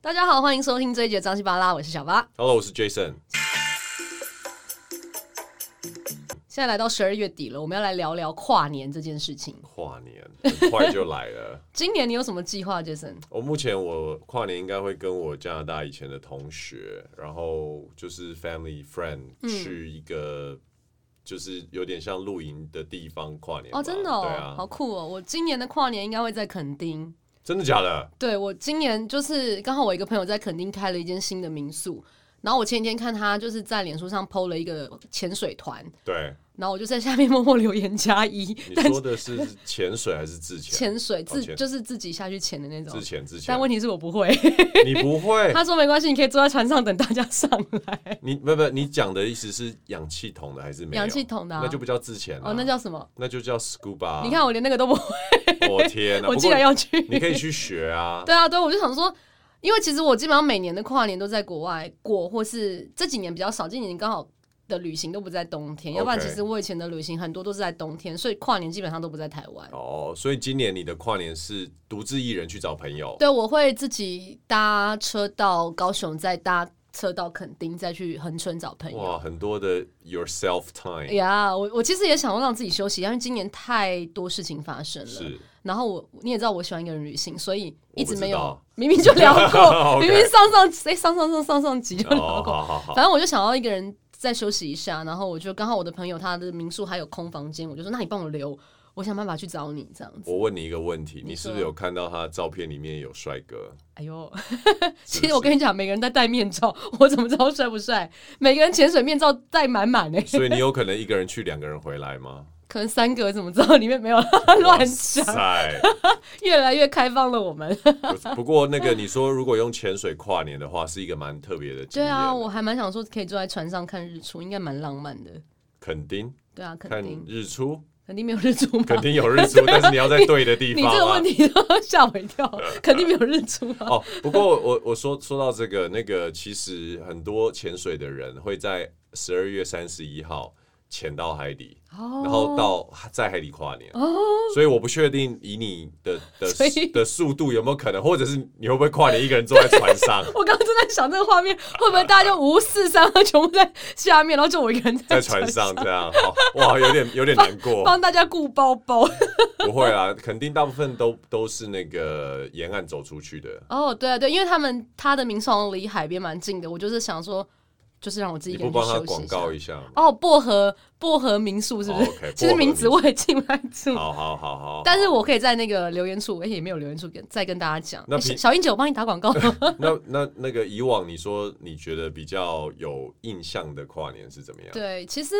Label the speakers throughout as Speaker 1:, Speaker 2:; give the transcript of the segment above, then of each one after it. Speaker 1: 大家好，欢迎收听这一节张西巴拉，我是小巴。
Speaker 2: Hello，我是 Jason。
Speaker 1: 现在来到十二月底了，我们要来聊聊跨年这件事情。
Speaker 2: 跨年很快就来了，
Speaker 1: 今年你有什么计划，Jason？
Speaker 2: 我目前我跨年应该会跟我加拿大以前的同学，然后就是 family friend
Speaker 1: 嗯
Speaker 2: 去一个就是有点像露营的地方跨年吧。
Speaker 1: 哦，真的哦，
Speaker 2: 对啊，
Speaker 1: 好酷哦！我今年的跨年应该会在垦丁。
Speaker 2: 真的假的？
Speaker 1: 对我今年就是刚好我一个朋友在垦丁开了一间新的民宿，然后我前几天看他就是在脸书上 PO 了一个潜水团，
Speaker 2: 对，
Speaker 1: 然后我就在下面默默留言加一，
Speaker 2: 你
Speaker 1: 但
Speaker 2: 说的是潜水还是自 潜？
Speaker 1: 潜水自、
Speaker 2: 潜
Speaker 1: 就是自己下去潜的那种
Speaker 2: 自。潜之前
Speaker 1: 但，问题是我不 会，
Speaker 2: 你不 会，
Speaker 1: 他说没关系，你可以坐在船上等大家上来，
Speaker 2: 你不不，你讲的意思是氧气筒的还是没有？
Speaker 1: 氧气筒的啊
Speaker 2: 那就不叫自潜啊
Speaker 1: 哦，那叫什么？
Speaker 2: 那就叫 scuba 啊。
Speaker 1: 你看我连那个都不会，
Speaker 2: 我天 哪！
Speaker 1: 我
Speaker 2: 不
Speaker 1: 竟
Speaker 2: 过
Speaker 1: 然要去。
Speaker 2: 你可以去学啊。
Speaker 1: 对啊，对，我就想说，因为其实我基本上每年的跨年都在国外过，或是这几年比较少，今年刚好的旅行都不在冬天，要不然
Speaker 2: OK
Speaker 1: 其实我以前的旅行很多都是在冬天，所以跨年基本上都不在台湾。
Speaker 2: 哦，所以今年你的跨年是独自一人去找朋友，
Speaker 1: 对，我会自己搭车到高雄，再搭车到垦丁，再去恒春找朋友。
Speaker 2: 哇，很多的 yourself time
Speaker 1: 呀我我其实也想要让自己休息，因为今年太多事情发生了。
Speaker 2: 是
Speaker 1: 然后我你也知道我喜欢一个人旅行，所以一直没
Speaker 2: 我
Speaker 1: 有
Speaker 2: 不知道，
Speaker 1: 明明就聊过，
Speaker 2: OK
Speaker 1: 明明上上哎、上上上上上集就聊
Speaker 2: 哦，
Speaker 1: 过，
Speaker 2: 好好好，
Speaker 1: 反正我就想要一个人再休息一下，然后我就刚好我的朋友他的民宿还有空房间，我就说那你帮我留，我想办法去找你这样子。
Speaker 2: 我问你一个问题，
Speaker 1: 你
Speaker 2: 你
Speaker 1: 说
Speaker 2: 是不是有看到他的照片里面有帅哥？
Speaker 1: 哎呦，
Speaker 2: 是
Speaker 1: 其实我跟你讲，每个人在戴面罩，我怎么知道帅不帅？每个人潜水面罩戴满满的，
Speaker 2: 所以你有可能一个人去，两个人回来吗？
Speaker 1: 可能三个怎么知道里面没有 乱讲？
Speaker 2: 塞！
Speaker 1: 越来越开放了，我们。
Speaker 2: 不过那个你说，如果用潜水跨年的话，是一个蛮特别的经
Speaker 1: 对
Speaker 2: 验。
Speaker 1: 啊，我还蛮想说可以坐在船上看日出，应该蛮浪漫的。
Speaker 2: 肯定
Speaker 1: 对啊，肯
Speaker 2: 看
Speaker 1: 定
Speaker 2: 日出，
Speaker 1: 肯定没有日出吗？
Speaker 2: 肯定有日出，但是你要在对的地
Speaker 1: 你
Speaker 2: 方、啊。呃
Speaker 1: 这个问题都吓我一跳，肯定没有日出啊。
Speaker 2: 哦，不过我我说说到这个，那个其实很多潜水的人会在十二月三十一号潜到海底，
Speaker 1: 哦
Speaker 2: 然后到在海底跨年。所以我不确定以你 的
Speaker 1: 所以
Speaker 2: 的的速度有没有可能，或者是你会不会跨年一个人坐在船 上
Speaker 1: 我刚刚正在想这个画面，会不会大家就五四三二全部在下面，然后就我一个人在
Speaker 2: 在船
Speaker 1: 船
Speaker 2: 上这样？哦哇，有点有点 难过。
Speaker 1: 帮大家顾包包。
Speaker 2: 不会啊，肯定大部分都都是那个沿岸走出去的。
Speaker 1: 哦，对啊，对，因为他们他的民宿好像离海边蛮近的，我就是想说，就是让我自己
Speaker 2: 你
Speaker 1: 一个
Speaker 2: 不
Speaker 1: 人去
Speaker 2: 帮他
Speaker 1: 休息
Speaker 2: 广
Speaker 1: 一下。
Speaker 2: 告一下吗？
Speaker 1: 哦，薄荷薄荷民宿是不是
Speaker 2: 哦，OK，
Speaker 1: 其实名字
Speaker 2: 薄
Speaker 1: 我也记不太住，
Speaker 2: 好好好好，
Speaker 1: 但是我可以在那个留言处，而且也没有留言处跟再跟大家讲。
Speaker 2: 那
Speaker 1: 诶
Speaker 2: 平
Speaker 1: 小英姐，我帮你打广告。
Speaker 2: 那那那个以往你说你觉得比较有印象的跨年是怎么样？
Speaker 1: 对，其实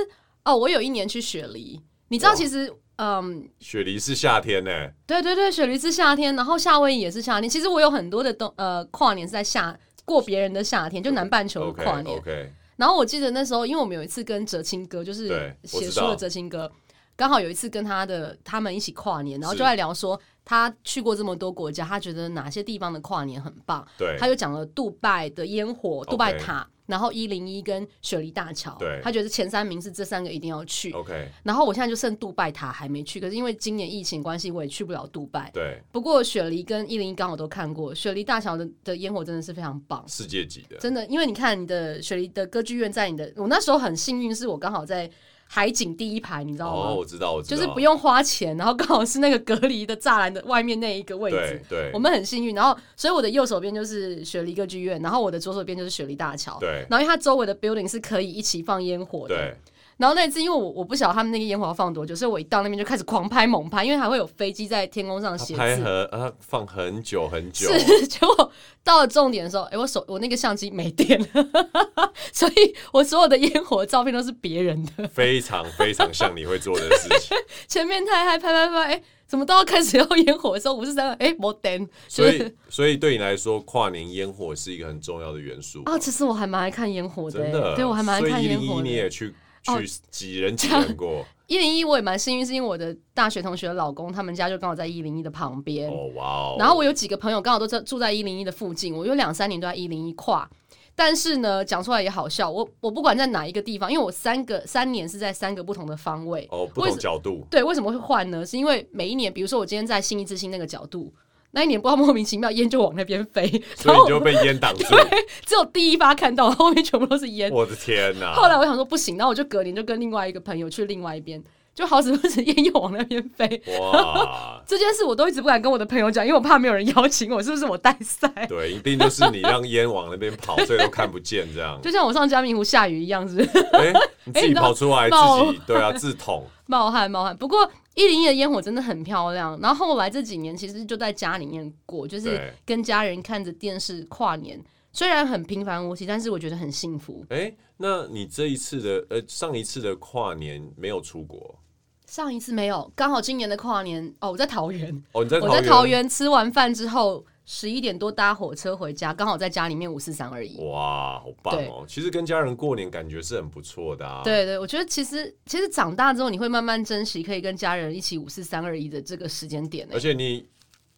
Speaker 1: 哦，我有一年去雪梨，你知道，
Speaker 2: 哇
Speaker 1: 其实嗯，
Speaker 2: 雪梨是夏天呢、
Speaker 1: 对对对，雪梨是夏天，然后夏威夷也是夏天。其实我有很多的冬呃跨年是在夏过别人的夏天，就南半球
Speaker 2: o
Speaker 1: 的
Speaker 2: k
Speaker 1: 跨年。
Speaker 2: OK，
Speaker 1: 然后我记得那时候，因为我们有一次跟哲青哥，就是
Speaker 2: 对我
Speaker 1: 写
Speaker 2: 知
Speaker 1: 书
Speaker 2: 道
Speaker 1: 的哲青哥，刚好有一次跟他的他们一起跨年，然后
Speaker 2: 是
Speaker 1: 就在聊说他去过这么多国家，他觉得哪些地方的跨年很棒。
Speaker 2: 对
Speaker 1: 他就讲了杜拜的烟火、杜拜塔，然后一零一跟雪梨大桥
Speaker 2: 对，
Speaker 1: 他觉得前三名是这三个一定要去。
Speaker 2: ，OK，
Speaker 1: 然后我现在就剩杜拜塔还没去，可是因为今年疫情关系，我也去不了杜拜。
Speaker 2: 对，
Speaker 1: 不过雪梨跟一零一刚好都看过，雪梨大桥的的烟火真的是非常棒，
Speaker 2: 世界级的，
Speaker 1: 真的，因为你看你的雪梨的歌剧院在你的，我那时候很幸运，是我刚好在海景第一排，你知道吗？
Speaker 2: 哦，我知道，我知
Speaker 1: 就
Speaker 2: 道，
Speaker 1: 是不用花钱，然后刚好是那个隔离的栅栏的外面那一个位置
Speaker 2: 对。对
Speaker 1: 我们很幸运，然后所以我的右手边就是雪梨歌剧院，然后我的左手边就是雪梨大桥，
Speaker 2: 对
Speaker 1: 然后因为它周围的 building 是可以一起放烟火的，
Speaker 2: 对，
Speaker 1: 然后那次因为我我不晓得他们那个烟火要放多久，所以我一到那边就开始狂拍猛拍，因为还会有飞机在天空上
Speaker 2: 他
Speaker 1: 写
Speaker 2: 拍
Speaker 1: 字。
Speaker 2: 很啊放很久很久，
Speaker 1: 是，结果到了重点的时候，哎、我手我那个相机没电了， 所以我所有的烟火照片都是别人的。
Speaker 2: 非常非常像你会做的事 情，
Speaker 1: 前面太嗨，拍拍拍，哎、怎么到开始要烟火的时候，我是在哎没电，就
Speaker 2: 所
Speaker 1: 是
Speaker 2: 以所以对你来说，跨年烟火是一个很重要的元素，
Speaker 1: 啊，其实我还蛮爱看烟火的、欸
Speaker 2: 真的，
Speaker 1: 对我还蛮爱
Speaker 2: 所
Speaker 1: 看
Speaker 2: 以一
Speaker 1: 烟
Speaker 2: 零
Speaker 1: 火
Speaker 2: 一你
Speaker 1: 的。
Speaker 2: 也去
Speaker 1: 哦
Speaker 2: 去几人几 人过，
Speaker 1: 一零一我也蛮幸运，是因为我的大学同学的老公他们家就刚好在一零一的旁边，
Speaker 2: 哦哇哦，
Speaker 1: 然后我有几个朋友刚好都在住在一零一的附近，我有两三年都在一零一跨。但是呢，讲出来也好笑，我我不管在哪一个地方，因为我三个三年是在三个不同的方位。
Speaker 2: 哦不
Speaker 1: 为
Speaker 2: 同
Speaker 1: 什
Speaker 2: 角度，
Speaker 1: 对，为什么会换呢？是因为每一年，比如说我今天在新一之星那个角度，那一年不知道莫名其妙烟就往那边飞，
Speaker 2: 所
Speaker 1: 然
Speaker 2: 以
Speaker 1: 后
Speaker 2: 你就被烟挡 住。
Speaker 1: 只有第一发看到，后面全部都是烟。
Speaker 2: 我的天哪！
Speaker 1: 后来我想说不行，然后我就隔年就跟另外一个朋友去另外一边，就好死不死烟又往那边飞。
Speaker 2: 哇，
Speaker 1: 这件事我都一直不敢跟我的朋友讲，因为我怕没有人邀请我，是不是我带赛？
Speaker 2: 对，一定就是你让烟往那边跑，所以都看不见这样。
Speaker 1: 就像我上嘉明湖下雨一样，是不 是
Speaker 2: 哎、你自
Speaker 1: 哎你
Speaker 2: 己
Speaker 1: 知道
Speaker 2: 跑出来，
Speaker 1: 冒
Speaker 2: 自己对啊，自捅。
Speaker 1: 冒汗冒汗。不过一零一的烟火真的很漂亮。然后后来这几年其实就在家里面过，就是
Speaker 2: 对
Speaker 1: 跟家人看着电视跨年，虽然很平凡无奇，但是我觉得很幸福。
Speaker 2: 哎、那你这一次的呃，上一次的跨年没有出国
Speaker 1: 上一次没有，刚好今年的跨年哦，我在桃园，
Speaker 2: 哦？你在
Speaker 1: 我在桃园吃完饭之后，十一点多搭火车回家，刚好在家里面五四三而已。
Speaker 2: 哇，好棒
Speaker 1: 对
Speaker 2: 哦！其实跟家人过年感觉是很不错的啊。，
Speaker 1: 对对，我觉得其实其实长大之后，你会慢慢珍惜可以跟家人一起五四三二一的这个时间点、欸
Speaker 2: 而。且你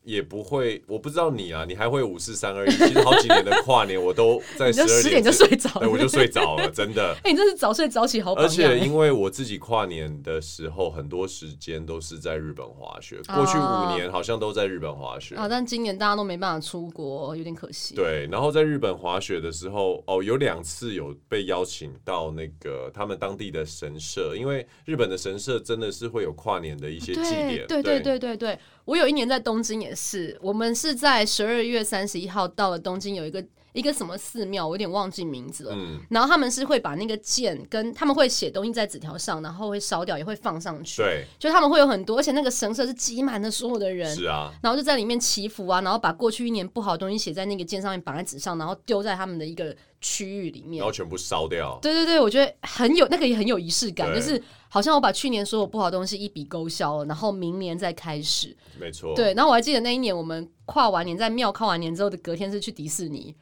Speaker 2: 也不会，我不知道你啊，你还会五四三二一。其实好几年的跨年，我都在
Speaker 1: 你
Speaker 2: 十
Speaker 1: 就
Speaker 2: 二
Speaker 1: 十点就
Speaker 2: 之
Speaker 1: 睡着
Speaker 2: 对，
Speaker 1: 了，
Speaker 2: 我就睡着了，真的。
Speaker 1: 哎、你真是早睡早起好榜
Speaker 2: 而
Speaker 1: 样、
Speaker 2: 且
Speaker 1: 欸
Speaker 2: 因为我自己跨年的时候，很多时间都是在日本滑雪，过去
Speaker 1: 哦
Speaker 2: 五年好像都在日本滑雪。
Speaker 1: 啊，但今年大家都没办法出国，有点可惜。，
Speaker 2: 对，然后在日本滑雪的时候，哦，有两次有被邀请到那个他们当地的神社，因为日本的神社真的是会有跨年的一些祭
Speaker 1: 对
Speaker 2: 典，
Speaker 1: 对对对对对，我有一年在东京也是，我们是在十二月三十一号到了东京，有一个一个什么寺庙，我有点忘记名字了。
Speaker 2: 嗯，
Speaker 1: 然后他们是会把那个剑跟他们会写东西在纸条上，然后会烧掉，也会放上去。
Speaker 2: 对，
Speaker 1: 就他们会有很多，而且那个神社是挤满了所有的人
Speaker 2: 是，啊，
Speaker 1: 然后就在里面祈福啊，然后把过去一年不好的东西写在那个剑上面，绑在纸上，然后丢在他们的一个区域里面
Speaker 2: 然后。全部烧掉，
Speaker 1: 对对对，我觉得很有那个也很有仪式感，
Speaker 2: 对
Speaker 1: 就是好像我把去年所有不好的东西一笔勾销了，然后明年再开始。
Speaker 2: 没错，，
Speaker 1: 对，然后我还记得那一年我们跨完年在庙跨完年之后的隔天是去迪士尼，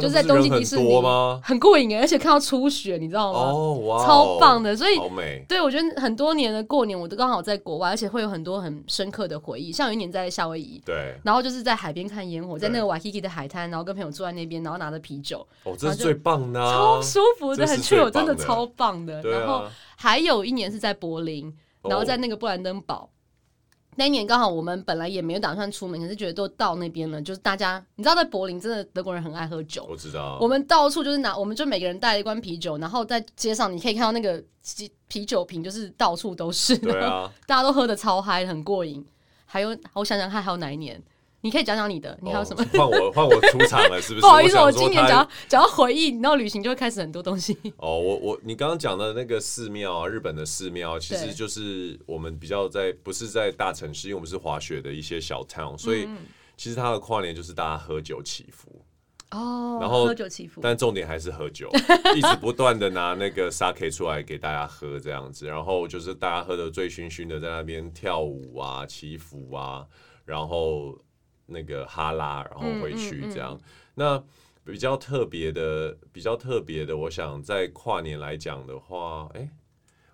Speaker 1: 就在东京迪士尼
Speaker 2: 很多吗？
Speaker 1: 很过瘾哎，而且看到初雪，你知道吗？
Speaker 2: 哦，哇哦，
Speaker 1: 超棒的，所以
Speaker 2: 好美，
Speaker 1: 对，我觉得很多年的过年，我都刚好在国外，而且会有很多很深刻的回忆。像有一年在夏威夷，
Speaker 2: 对，
Speaker 1: 然后就是在海边看烟火，在
Speaker 2: 对
Speaker 1: 那个 Waikiki 的海滩，然后跟朋友坐在那边，然后拿着啤酒，
Speaker 2: 哦，这
Speaker 1: 然后
Speaker 2: 是
Speaker 1: 就
Speaker 2: 最棒的啊
Speaker 1: 超，舒服的，
Speaker 2: 这是
Speaker 1: 很
Speaker 2: 最
Speaker 1: chill，真
Speaker 2: 棒
Speaker 1: 的
Speaker 2: 的
Speaker 1: 超棒的。
Speaker 2: 对
Speaker 1: 然后
Speaker 2: 啊，
Speaker 1: 还有一年是在柏林，
Speaker 2: 哦
Speaker 1: 然后在那个布兰登堡。那一年刚好我们本来也没有打算出门，可是觉得都到那边了，就是大家你知道，在柏林真的德国人很爱喝酒
Speaker 2: 哦，我知道，
Speaker 1: 我们到处就是拿，我们就每个人带了一罐啤酒，然后在街上你可以看到那个啤啤酒瓶，就是到处都是，
Speaker 2: 对
Speaker 1: 然后
Speaker 2: 啊，
Speaker 1: 大家都喝的超嗨，很过瘾。还有，哦我想想看，还有哪一年？你可以讲讲你的，你还有什么？
Speaker 2: 哦？换我换我出场了，是不是？
Speaker 1: 不好意思，
Speaker 2: 我
Speaker 1: 我
Speaker 2: 想说
Speaker 1: 今年
Speaker 2: 他
Speaker 1: 讲到讲到回忆，然后旅行就会开始很多东西。
Speaker 2: 哦，我我你刚刚讲的那个寺庙啊，日本的寺庙，其
Speaker 1: 对
Speaker 2: 实就是我们比较在不是在大城市，因为我们是滑雪的一些小 town，所
Speaker 1: 嗯
Speaker 2: 以其实它的跨年就是大家喝酒祈福，
Speaker 1: 哦，
Speaker 2: 然后
Speaker 1: 喝酒祈福，
Speaker 2: 但重点还是喝酒，一直不断的拿那个 sake 出来给大家喝这样子，然后就是大家喝的醉醺醺的在那边跳舞啊、祈福啊，然后那个哈拉，然后回去这样。那比较特别的，比较特别的，我想在跨年来讲的话，哎、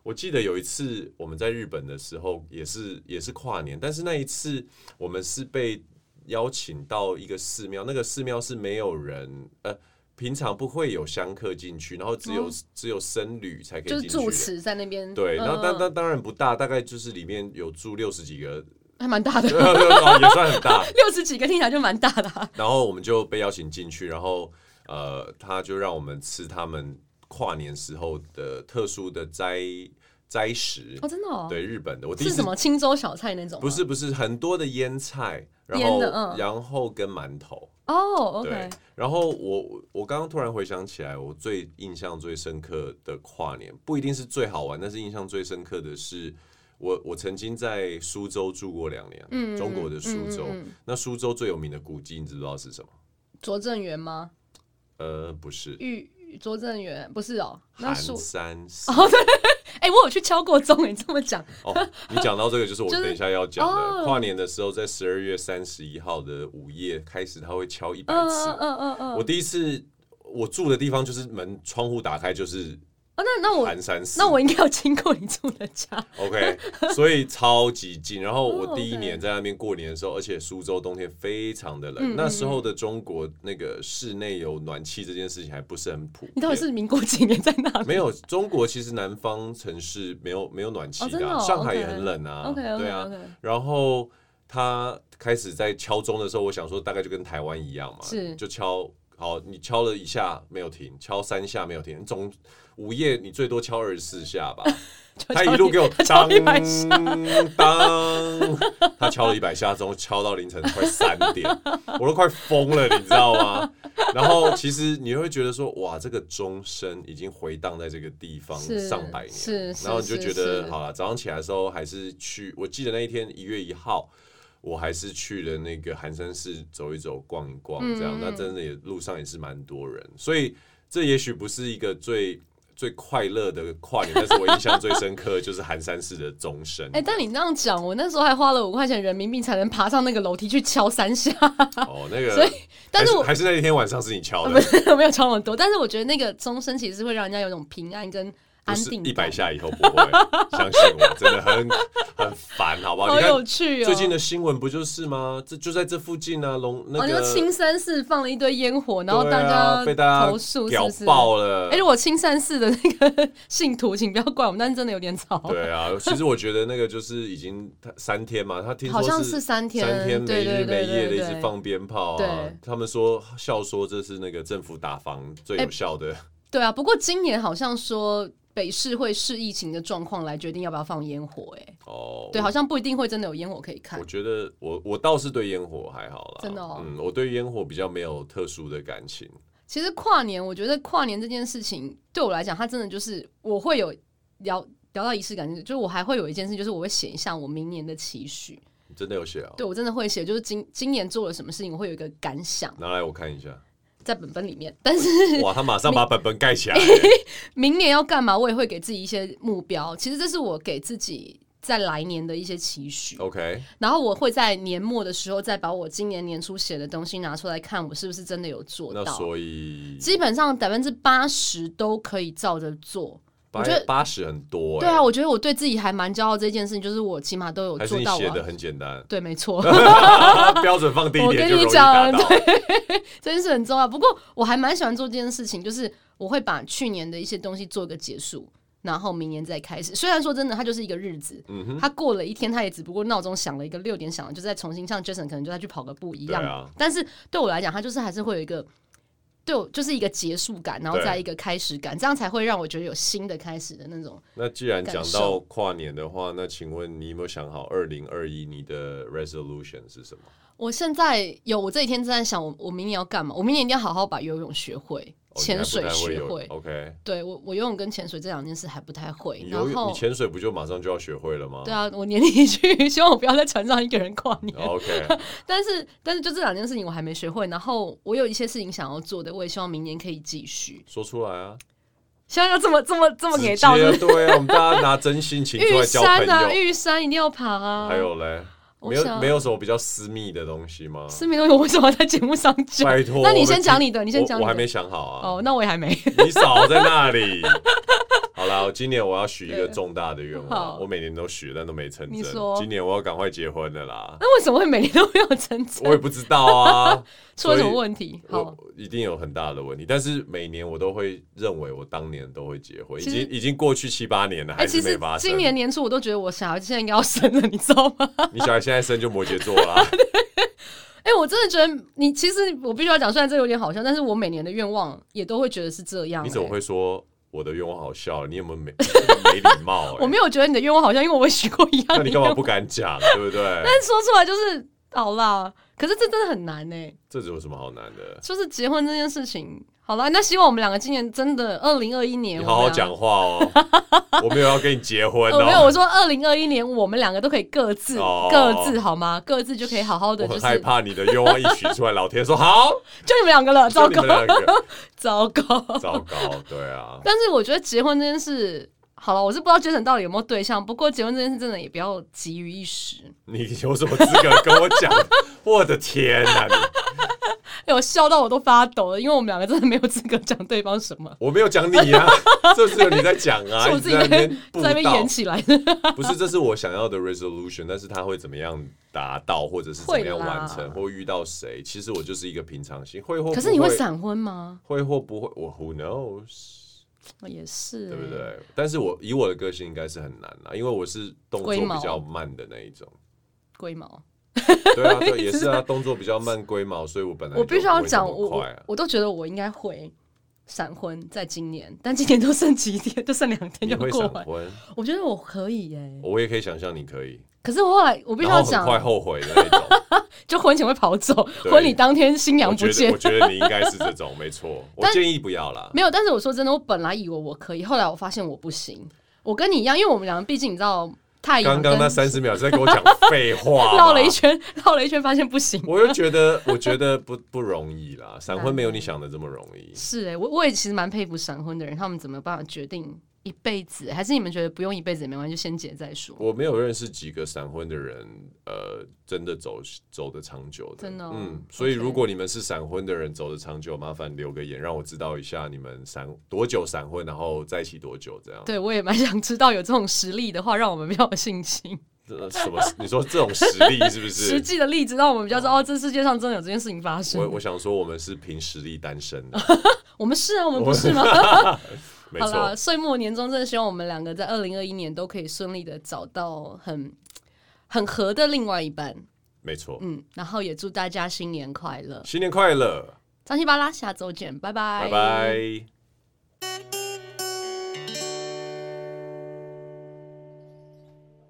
Speaker 2: 我记得有一次我们在日本的时候，也是也是跨年，但是那一次我们是被邀请到一个寺庙，那个寺庙是没有人，呃，平常不会有香客进去，然后只有、只有僧侣才可以
Speaker 1: 哦就
Speaker 2: 进
Speaker 1: 是
Speaker 2: 去
Speaker 1: 住
Speaker 2: 的。
Speaker 1: 持在那边。
Speaker 2: 对，
Speaker 1: 嗯
Speaker 2: 那
Speaker 1: 嗯
Speaker 2: 当
Speaker 1: 嗯
Speaker 2: 当当然不大，大概就是里面有住六十几个，
Speaker 1: 还蛮大的，
Speaker 2: 哦也算很大。
Speaker 1: 六十几个听起来就蛮大的啊。
Speaker 2: 然后我们就被邀请进去，然后呃，他就让我们吃他们跨年时候的特殊的斋斋食，
Speaker 1: 哦，真的哦。
Speaker 2: 对日本的，我第一
Speaker 1: 是
Speaker 2: 次
Speaker 1: 什么青州小菜那种吗？
Speaker 2: 不是不是很多的腌菜，然
Speaker 1: 腌
Speaker 2: 后、
Speaker 1: 的嗯
Speaker 2: 然后跟馒头，
Speaker 1: 哦，OK、
Speaker 2: 对
Speaker 1: o k。
Speaker 2: 然后我我刚刚突然回想起来，我最印象最深刻的跨年，不一定是最好玩，但是印象最深刻的是。我我曾经在苏州住过两年，中国的苏州。
Speaker 1: 嗯嗯
Speaker 2: 那苏州最有名的古迹，你知不知道是什么？
Speaker 1: 拙政园吗？
Speaker 2: 呃，不是，
Speaker 1: 玉拙政园不是哦，那
Speaker 2: 寒
Speaker 1: 树
Speaker 2: 山 寺。
Speaker 1: 哎、我有去敲过钟哎，这么讲
Speaker 2: 哦，你讲到这个就是我
Speaker 1: 就是
Speaker 2: 等一下要讲
Speaker 1: 哦
Speaker 2: 的。跨年的时候，在十二月三十一号的午夜开始，他会敲一百
Speaker 1: 嗯
Speaker 2: 次
Speaker 1: 嗯。嗯嗯嗯，
Speaker 2: 我第一次我住的地方就是门窗户打开就是
Speaker 1: 哦，那那我
Speaker 2: 寒山寺，
Speaker 1: 那我应该有经过你住的家，
Speaker 2: OK，所 以超级近。然后
Speaker 1: 哦嗯
Speaker 2: 我
Speaker 1: ，OK
Speaker 2: 第一年在那边过年的时候，而且苏州冬天非常的冷，那时候的中国那个室内有暖气这件事情还不是很普遍。
Speaker 1: 你到底是民国几年在那里？
Speaker 2: 没有，中国其实南方城市没有没有暖气
Speaker 1: 哦真的
Speaker 2: 啊，
Speaker 1: 哦
Speaker 2: 上海
Speaker 1: OK
Speaker 2: 也很冷啊
Speaker 1: OK，OK，OK
Speaker 2: 对啊。然后他开始在敲钟的时候，我想说大概就跟台湾一样嘛，
Speaker 1: 是
Speaker 2: 就敲好，你敲了一下没有停，敲三下没有停，总午夜你最多敲二十四 下吧。他一路给我
Speaker 1: 敲
Speaker 2: 当
Speaker 1: 一百下，
Speaker 2: 当，他敲了一百下钟，敲到凌晨快三点，我都快疯了，你知道吗？然后其实你会觉得说，哇，这个钟声已经回荡在这个地方
Speaker 1: 是
Speaker 2: 上百年，
Speaker 1: 是是
Speaker 2: 然后你就觉
Speaker 1: 是
Speaker 2: 得
Speaker 1: 是
Speaker 2: 好了，早上起来的时候还是去，我记得那一天一月一号。我还是去了那个寒山寺走一走、逛一逛，这
Speaker 1: 嗯
Speaker 2: 样、那真的也路上也是蛮多人，所以这也许不是一个最最快乐的跨年，但是我印象最深刻的就是寒山寺的钟声。
Speaker 1: 哎、但你这样讲，我那时候还花了五块钱人民币才能爬上那个楼梯去敲三下，
Speaker 2: 哦，那个，
Speaker 1: 所以 但是
Speaker 2: 还
Speaker 1: 我啊
Speaker 2: 还是那一天晚上是你敲
Speaker 1: 不
Speaker 2: 的，
Speaker 1: 是 没有敲很多，但是我觉得那个钟声其实是会让人家有种平安跟
Speaker 2: 不
Speaker 1: 安
Speaker 2: 是
Speaker 1: 定
Speaker 2: 一百
Speaker 1: 感，
Speaker 2: 下以后不 会，相信我，真的很很烦，好不好？
Speaker 1: 好
Speaker 2: 你看
Speaker 1: 有趣哦。
Speaker 2: 最近的新闻不就是吗？这就在这附近啊，龙那
Speaker 1: 哦，你
Speaker 2: 个
Speaker 1: 说青山寺放了一堆烟火，然后
Speaker 2: 对啊被大
Speaker 1: 家
Speaker 2: 家
Speaker 1: 投诉是
Speaker 2: 屌
Speaker 1: 不是？
Speaker 2: 爆了
Speaker 1: 哎、。如果青山寺的那个信徒，请不要怪我们，但是真的有点吵。
Speaker 2: 对啊，其实我觉得那个就是已经三天嘛，他听
Speaker 1: 好
Speaker 2: 说
Speaker 1: 像是三天
Speaker 2: 三天
Speaker 1: 对
Speaker 2: 没
Speaker 1: 对对
Speaker 2: 日没夜的
Speaker 1: 对
Speaker 2: 一
Speaker 1: 对
Speaker 2: 直放鞭炮啊
Speaker 1: 对。
Speaker 2: 他们说笑说这是那个政府打房最有效的，
Speaker 1: 对啊，不过今年好像说北市会视疫情的状况来决定要不要放烟火、哎，
Speaker 2: 哦，
Speaker 1: 对，好像不一定会真的有烟火可以看
Speaker 2: 我。觉得我我倒是对烟火还好啦，
Speaker 1: 真的哦
Speaker 2: 嗯，我对烟火比较没有特殊的感情。
Speaker 1: 其实跨年，我觉得跨年这件事情对我来讲，它真的就是我会有聊聊到仪式感，就是我还会有一件事，就是我会写一下我明年的期许。
Speaker 2: 你真的有写啊？
Speaker 1: 对我真的会写，就是今今年做了什么事情，我会有一个感想
Speaker 2: 拿来我看一下。
Speaker 1: 在本本里面。但是
Speaker 2: 哇，他马上把本本盖起来。
Speaker 1: 明年要干嘛，我也会给自己一些目标。其实这是我给自己在来年的一些期许。
Speaker 2: OK，
Speaker 1: 然后我会在年末的时候再把我今年年初写的东西拿出来看，我是不是真的有做
Speaker 2: 那
Speaker 1: 到。
Speaker 2: 所以
Speaker 1: 基本上百分之八十都可以照着做。
Speaker 2: 八
Speaker 1: 我觉得
Speaker 2: 八十很多
Speaker 1: 对
Speaker 2: 哎、
Speaker 1: 啊，我觉得我对自己还蛮骄傲这件事情，就是我起码都有
Speaker 2: 还是
Speaker 1: 做
Speaker 2: 你
Speaker 1: 到
Speaker 2: 写
Speaker 1: 啊
Speaker 2: 的。很简单
Speaker 1: ，对，没错，
Speaker 2: 标准放低一
Speaker 1: 我跟
Speaker 2: 点就
Speaker 1: 你
Speaker 2: 容易
Speaker 1: 讲，
Speaker 2: 达到。
Speaker 1: 对， 这件事很重要。不过我还蛮喜欢做这件事情，就是我会把去年的一些东西做个结束，然后明年再开始。虽然说真的，它就是一个日子，
Speaker 2: 嗯哼，
Speaker 1: 它过了一天，它也只不过闹钟响了一个六点响了，就再重新像 Jason 可能就再去跑个步一
Speaker 2: 对
Speaker 1: 样。
Speaker 2: 啊，
Speaker 1: 但是对我来讲，它就是还是会有一个。对我就是一个结束感，然后
Speaker 2: 对
Speaker 1: 再一个开始感，这样才会让我觉得有新的开始的那种
Speaker 2: 那既然讲
Speaker 1: 感
Speaker 2: 到
Speaker 1: 受
Speaker 2: 跨年的话，那请问你有没有想好二零二一你的 resolution 是什么？
Speaker 1: 我现在有，我这几天正在想我，我明年要干嘛？我明年一定要好好把游泳学会，
Speaker 2: 哦你还
Speaker 1: 潜
Speaker 2: 不
Speaker 1: 水
Speaker 2: 太
Speaker 1: 学
Speaker 2: 有
Speaker 1: 会。
Speaker 2: OK，
Speaker 1: 对我，我游泳跟潜水这两件事还不太会
Speaker 2: 你。
Speaker 1: 然
Speaker 2: 游泳
Speaker 1: 后
Speaker 2: 你，潜水不就马上就要学会了吗？
Speaker 1: 对啊，我年底去， 希望我不要在船上一个人跨年。
Speaker 2: 哦 OK，
Speaker 1: 但是，但是就这两件事情我还没学会。然后我有一些事情想要做的，我也希望明年可以继续。
Speaker 2: 说出来啊，
Speaker 1: 现在要这么这么这么
Speaker 2: 直
Speaker 1: 给
Speaker 2: 接
Speaker 1: 到是不是
Speaker 2: 对啊，我们大家拿真心情出
Speaker 1: 玉
Speaker 2: 来交朋
Speaker 1: 山啊，
Speaker 2: 友。
Speaker 1: 玉山一定要爬啊！
Speaker 2: 还有嘞，
Speaker 1: 我
Speaker 2: 没有
Speaker 1: 想
Speaker 2: 没有什么比较私密的东西吗？
Speaker 1: 思明东西，我为什么要在节目上讲？
Speaker 2: 拜托，
Speaker 1: 那你
Speaker 2: 我们
Speaker 1: 先
Speaker 2: 今
Speaker 1: 讲你的你先讲
Speaker 2: 我
Speaker 1: 你
Speaker 2: 我还
Speaker 1: 的
Speaker 2: 没想好啊。
Speaker 1: 哦，那我也还没。
Speaker 2: 你少在 那里。好啦，我今年我要许一个重大的愿
Speaker 1: 好
Speaker 2: 望，我每年都许，但都没成
Speaker 1: 你
Speaker 2: 真
Speaker 1: 说。，
Speaker 2: 今年我要赶快结婚了啦
Speaker 1: 那为什么会每年都没有成
Speaker 2: 我也
Speaker 1: 真？
Speaker 2: 不知道啊，
Speaker 1: 出了什
Speaker 2: 所
Speaker 1: 么
Speaker 2: 以
Speaker 1: 问题？好
Speaker 2: 我，一定有很大的问题，但是每年我都会认为我当年都会结婚，已
Speaker 1: 其实
Speaker 2: 经已经过去七八年了，
Speaker 1: 哎、
Speaker 2: 还
Speaker 1: 其
Speaker 2: 是没
Speaker 1: 实
Speaker 2: 发生。
Speaker 1: 今年年初我都觉得我小孩现在应该要生了，你知道吗？
Speaker 2: 你小孩现在生就摩羯座 啦，
Speaker 1: 哎、我真的觉得你，其实我必须要讲，虽然这有点好笑，但是我每年的愿望也都会觉得是这样、
Speaker 2: 你怎么
Speaker 1: 哎？
Speaker 2: 会说我的愿望好笑？你有没 有没没礼貌、欸？
Speaker 1: 我没有觉得你的愿望好像，因为我也许过一样。
Speaker 2: 那你干嘛
Speaker 1: 愿望
Speaker 2: 不 敢讲？对不对？
Speaker 1: 但说出来就是好啦，可是这真的很难呢、欸
Speaker 2: 这有什么好难的？
Speaker 1: 就是结婚这件事情。好啦，那希望我们两个今年真的，二零二一年
Speaker 2: 你
Speaker 1: 我
Speaker 2: 好好
Speaker 1: 们两
Speaker 2: 讲
Speaker 1: 个。
Speaker 2: 话 哦，我没有要跟你结婚
Speaker 1: 呃，没有，
Speaker 2: 哦
Speaker 1: 我。说二零二一年我们两个都可以各自、
Speaker 2: 哦
Speaker 1: 各自好吗？各自就可以好好的，
Speaker 2: 我
Speaker 1: 就
Speaker 2: 很
Speaker 1: 是
Speaker 2: 害怕你的愿望一许出来，老天说好，
Speaker 1: 就你们两个了， 糟
Speaker 2: 就你
Speaker 1: 糕
Speaker 2: 们，两个，
Speaker 1: 糟糕。
Speaker 2: 糟糕，对啊，
Speaker 1: 但是我觉得结婚这件事，好了，我是不知道 Jason 到底有没有对象，不过结婚这件事真的也不要急于一时。
Speaker 2: 你有什么资格跟我讲？我的天哪、你
Speaker 1: 哎、我笑到我都发抖了，因为我们两个真的没有资格讲对方什么，
Speaker 2: 我没有 讲你啊，这只有你在讲啊，
Speaker 1: 是
Speaker 2: 你
Speaker 1: 我自己
Speaker 2: 在那边布
Speaker 1: 在那边
Speaker 2: 道
Speaker 1: 演，起来的。
Speaker 2: 不是，这是我想要的 resolution，但是它会怎么样达到，或者是怎么样
Speaker 1: 会啦
Speaker 2: 完成，或遇到谁？其实我就是一个平常心，会或
Speaker 1: 可
Speaker 2: 不
Speaker 1: 是你会闪婚吗？
Speaker 2: 会或不会，我 who knows，
Speaker 1: 哦也是、
Speaker 2: 对不？对？但是我以我的个性应该是很难啦，因为我是动作
Speaker 1: 龟毛
Speaker 2: 比较慢的那一种，
Speaker 1: 龟毛，
Speaker 2: 对啊， 对，也是啊，动作比较慢龟毛，所以我本来
Speaker 1: 我必须要讲，
Speaker 2: 讲，
Speaker 1: 我
Speaker 2: 我
Speaker 1: 我我都觉得我应该会闪婚，在今年，但今年都剩几天，都剩两天
Speaker 2: 你
Speaker 1: 就
Speaker 2: 会
Speaker 1: 过
Speaker 2: 闪
Speaker 1: 完。
Speaker 2: 婚，
Speaker 1: 我觉得我可以耶、
Speaker 2: 我也可以想象你可以，
Speaker 1: 可是我后来我必须
Speaker 2: 然
Speaker 1: 要
Speaker 2: 后很
Speaker 1: 讲，
Speaker 2: 快后悔的那种。
Speaker 1: 就婚前会跑走，
Speaker 2: 对
Speaker 1: 婚礼当天新 娘
Speaker 2: 我
Speaker 1: 不
Speaker 2: 觉得，
Speaker 1: 见
Speaker 2: 我。觉得你应该是这种，没错。我
Speaker 1: 但
Speaker 2: 建议不要啦。
Speaker 1: 没有，但是我说真的，我本来以为我可以，后来我发现我不行。我跟你一样，因为我们两个毕竟你知道，太阳
Speaker 2: 刚刚那
Speaker 1: 跟
Speaker 2: 三十秒是在跟我讲废话 嘛，
Speaker 1: 绕了一圈，绕了一圈，发现不行。
Speaker 2: 我又觉得，我觉得不不容易啦，闪婚没
Speaker 1: 哎
Speaker 2: 有你想的这么容易。
Speaker 1: 是哎、我我也其实蛮佩服闪婚的人，他们怎么有办法决定一辈子？欸还是你们觉得不用一辈子也没关系，就先结再说？
Speaker 2: 我没有认识几个闪婚的人，呃，真的走走的长久的，
Speaker 1: 真的哦
Speaker 2: 嗯，所以
Speaker 1: OK
Speaker 2: 如果你们是闪婚的人，走的长久，麻烦留个言，让我知道一下你们闪多久闪婚，然后在一起多久这样。
Speaker 1: 对我也蛮想知道，有这种实力的话，让我们比较有信心。
Speaker 2: 呃，什么？ 你说这种实力是不
Speaker 1: 实
Speaker 2: 是？
Speaker 1: 际的例子让我们比较知道，哦，这世界上真的有这件事情发生。
Speaker 2: 我我想说，我们是凭实力单身的，
Speaker 1: 我们是啊，我们不是吗？
Speaker 2: 没
Speaker 1: 好啦，
Speaker 2: 错。
Speaker 1: 岁末年终，真的希望我们两个在二零二一年都可以顺利的找到很很合的另外一半。
Speaker 2: 没错，
Speaker 1: 嗯，然后也祝大家新年快乐！
Speaker 2: 新年快乐，
Speaker 1: 张西巴拉，下周见，拜拜，
Speaker 2: 拜拜。